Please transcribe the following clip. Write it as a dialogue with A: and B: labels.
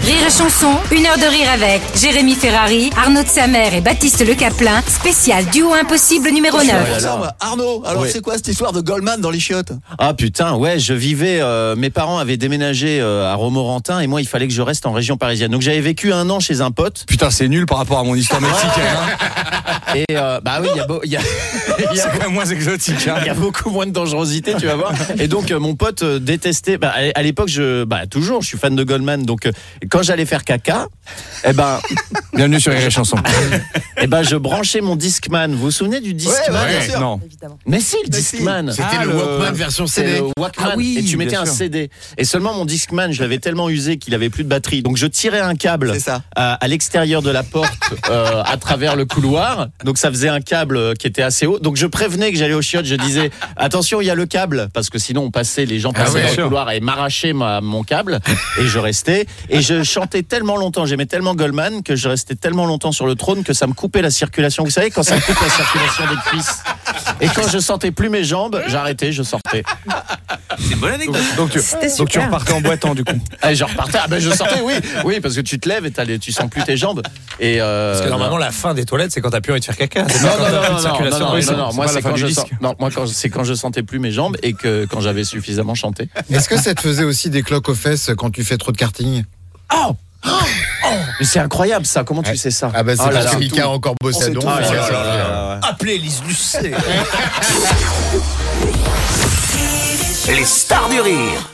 A: Rire et chanson, une heure de rire avec Jérémy Ferrari, Arnaud de Samer et Baptiste Le Caplin, spécial duo impossible numéro
B: Oh
A: 9.
C: Ça, moi. Arnaud, alors
D: Oui.
C: c'est quoi cette histoire de Goldman dans les chiottes
D: Ah putain, ouais, je vivais. euh, mes parents avaient déménagé euh, à Romorantin et moi, il fallait que je reste en région parisienne. Donc j'avais vécu un an chez un pote.
B: Putain, c'est nul par rapport à mon histoire mexicaine. hein.
D: Et euh, bah oui, il y a beau- il y a- il y a
B: C'est quand même moins exotique. hein.
D: Il y a beaucoup moins de dangerosité, tu vas voir. Et donc, euh, mon pote euh, détestait. bah, à à l'époque, je, bah, toujours, je suis fan de Goldman. Donc, euh, quand j'allais faire caca, eh ben,
B: Bienvenue sur Rire et Chanson.
D: eh ben, je branchais mon Discman. Vous vous souvenez du Discman
C: ouais, bien sûr.
B: non.
D: Mais si, le
C: Mais
D: Discman.
E: C'était
B: Ah,
E: le
B: le-
E: Walkman version
D: C'est
E: CD.
D: le Walkman.
B: Ah oui,
D: et tu
B: bien
D: mettais un
B: sûr.
D: CD. Et seulement mon Discman, je l'avais tellement usé qu'il avait plus de batterie. Donc je tirais un câble
C: C'est ça.
D: à, à l'extérieur de la porte euh, à travers le couloir. Donc ça faisait un câble euh, qui était assez haut. Donc je prévenais que j'allais au chiottes. Je disais attention, il y a le câble parce que sinon on passait, les gens passaient
B: oui,
D: dans le
B: Ah sûr.
D: couloir et m'arrachaient ma- mon câble. Et je restais. Et je chantais tellement longtemps, j'aimais tellement Goldman que je restais tellement longtemps sur le trône que ça me coupait la circulation. Vous savez quand ça coupe la circulation des cuisses. Et quand je sentais plus mes jambes, j'arrêtais, je sortais.
B: Donc tu, donc tu repartais en boitant du coup.
D: Et je repartais. Ah ben je sortais, oui, oui, parce que tu te lèves et t'as les- tu sens plus tes jambes. Et euh,
F: Parce que normalement, la fin des toilettes, c'est quand t'as plus envie de faire caca. C'est
D: non,
F: pas quand
D: non,
F: t'as
D: non,
F: plus de
D: non, non,
F: circulation.
D: non,
F: Oui,
D: non,
F: c'est-
D: non,
F: c'est
D: moi
F: pas la
D: c'est
F: fin
D: quand
F: du
D: je
F: disque.
D: sens- non, moi quand je- c'est quand je sentais plus mes jambes et que quand j'avais suffisamment chanté.
G: Est-ce que ça te faisait aussi des cloques aux fesses quand tu fais trop de karting
D: Oh, oh, oh. Mais c'est incroyable ça. Comment tu sais ça
G: Ah bah c'est
D: Oh là
G: parce
D: là.
G: que Mika a encore bossé à Donf.
D: Ah là là là
F: Appelez Lise Lucet.
H: Les stars du rire